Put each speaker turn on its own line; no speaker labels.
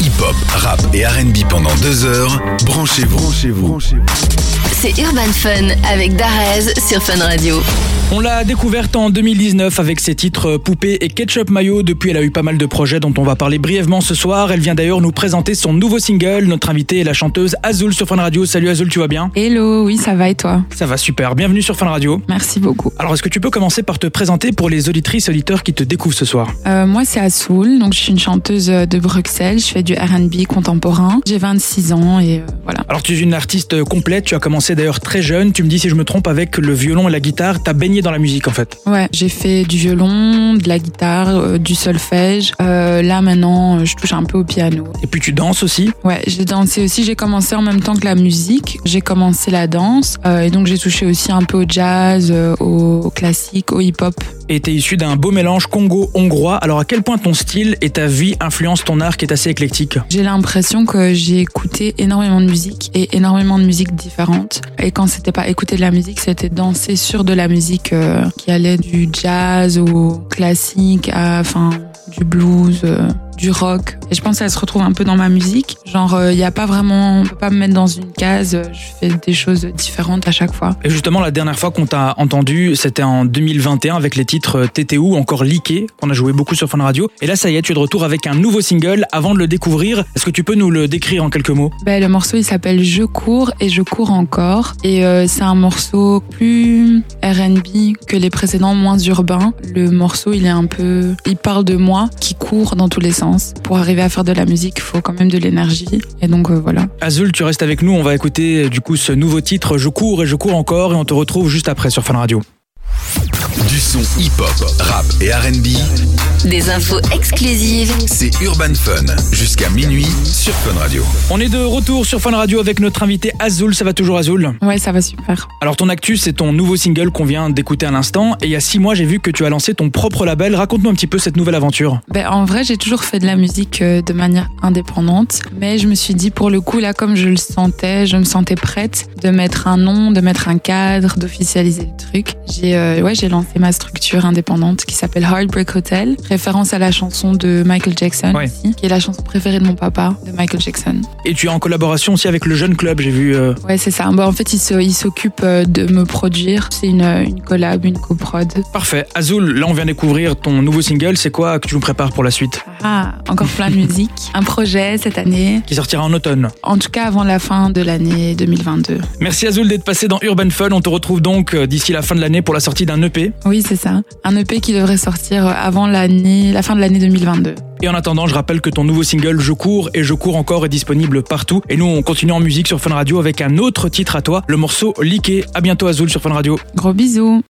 Hip-hop, rap et RB pendant deux heures. Branchez-vous. Branchez-vous.
C'est Urban Fun avec Darez sur Fun Radio.
On l'a découverte en 2019 avec ses titres euh, Poupée et Ketchup Mayo. Depuis, elle a eu pas mal de projets dont on va parler brièvement ce soir. Elle vient d'ailleurs nous présenter son nouveau single. Notre invitée est la chanteuse Azul sur Fun Radio. Salut Azul, tu vas bien
Hello, oui, ça va et toi
Ça va super. Bienvenue sur Fun Radio.
Merci beaucoup.
Alors, est-ce que tu peux commencer par te présenter pour les auditrices auditeurs qui te découvrent ce soir
Euh, moi, c'est Assoul, donc je suis une chanteuse euh, de Bruxelles. Je fais du RB contemporain. J'ai 26 ans et euh, voilà.
Alors, tu es une artiste euh, complète. Tu as commencé d'ailleurs très jeune. Tu me dis si je me trompe avec le violon et la guitare. T'as baigné dans la musique en fait.
Ouais, j'ai fait du violon, de la guitare, euh, du solfège. Euh, là, maintenant, euh, je touche un peu au piano.
Et puis tu danses aussi.
Ouais, j'ai dansé aussi. J'ai commencé en même temps que la musique. J'ai commencé la danse. euh, et donc, j'ai touché aussi un peu au jazz, euh, au classique, au hip-hop.
Et t'es issu d'un beau mélange congo-hongrois. Alors, à quel point ton style et ta vie influencent ton art qui est assez éclectique
J'ai l'impression que j'ai écouté énormément de musique et énormément de musique différente. Et quand c'était pas écouter de la musique, c'était danser sur de la musique euh, qui allait du jazz au classique, à, enfin du blues, euh, du rock. Et je pense qu'elle se retrouve un peu dans ma musique. Genre, il y a pas vraiment, on peut pas me mettre dans une case. euh, Je fais des choses différentes à chaque fois.
Et justement, la dernière fois qu'on t'a entendu, c'était en 2021 avec les titres euh, TTU ou encore Liqué, qu'on a joué beaucoup sur Fun Radio. Et là, ça y est, tu es de retour avec un nouveau single. Avant de le découvrir, est-ce que tu peux nous le décrire en quelques mots
Ben, le morceau il s'appelle Je cours et je cours encore et euh, c'est un morceau plus R&B que les précédents, moins urbain. Le morceau il est un peu, il parle de moi qui court dans tous les sens. Pour arriver à faire de la musique, il faut quand même de l'énergie et donc euh, voilà.
Azul, tu restes avec nous. On va écouter euh, du coup ce nouveau titre Je cours et je cours encore. Et on te retrouve juste après sur Fun Radio.
Du son hip-hop, rap et RB.
Des infos exclusives
C'est Urban Fun. Jusqu'à minuit sur Fun Radio.
On est de retour sur Fun Radio avec notre invité Azul. Ça va toujours Azul
Ouais, ça va super.
Alors ton actu, c'est ton nouveau single qu'on vient d'écouter à l'instant. Et il y a six mois, j'ai vu que tu as lancé ton propre label. Raconte-nous un petit peu cette nouvelle aventure.
Ben, en vrai, j'ai toujours fait de la musique euh, de manière indépendante, mais je me suis dit pour le coup là, comme je le sentais, je me sentais prête de mettre un nom, de mettre un cadre, d'officialiser le truc. J'ai euh, ouais, j'ai lancé ma structure indépendante qui s'appelle Heartbreak Hotel, référence à la chanson de Michael Jackson,
Ouais.
aussi, qui est la chanson préférée de mon papa, de Michael Jackson.
Et tu es en collaboration aussi avec le Jeune Club, j'ai vu. euh,
Ouais, c'est ça. Bon, en fait, il se- il s'occupe euh, de me produire. C'est une, euh, une collab, une coprod.
Parfait. Azul, là on vient découvrir ton nouveau single. C'est quoi que tu nous prépares pour la suite
Ah, encore plein de musique. Un projet cette année.
Qui sortira en automne.
En tout cas, avant la fin de l'année 2022.
Merci Azul d'être passé dans Urban Fun. On te retrouve donc euh, d'ici la fin de l'année pour la sortie d'un E EP.
Oui, c'est ça. Un EP qui devrait sortir avant l'année, la fin de l'année 2022.
Et en attendant, je rappelle que ton nouveau single Je cours et je cours encore est disponible partout. Et nous, on continue en musique sur Fun Radio avec un autre titre à toi, le morceau Liqué. À bientôt Azul sur Fun Radio.
Gros bisous.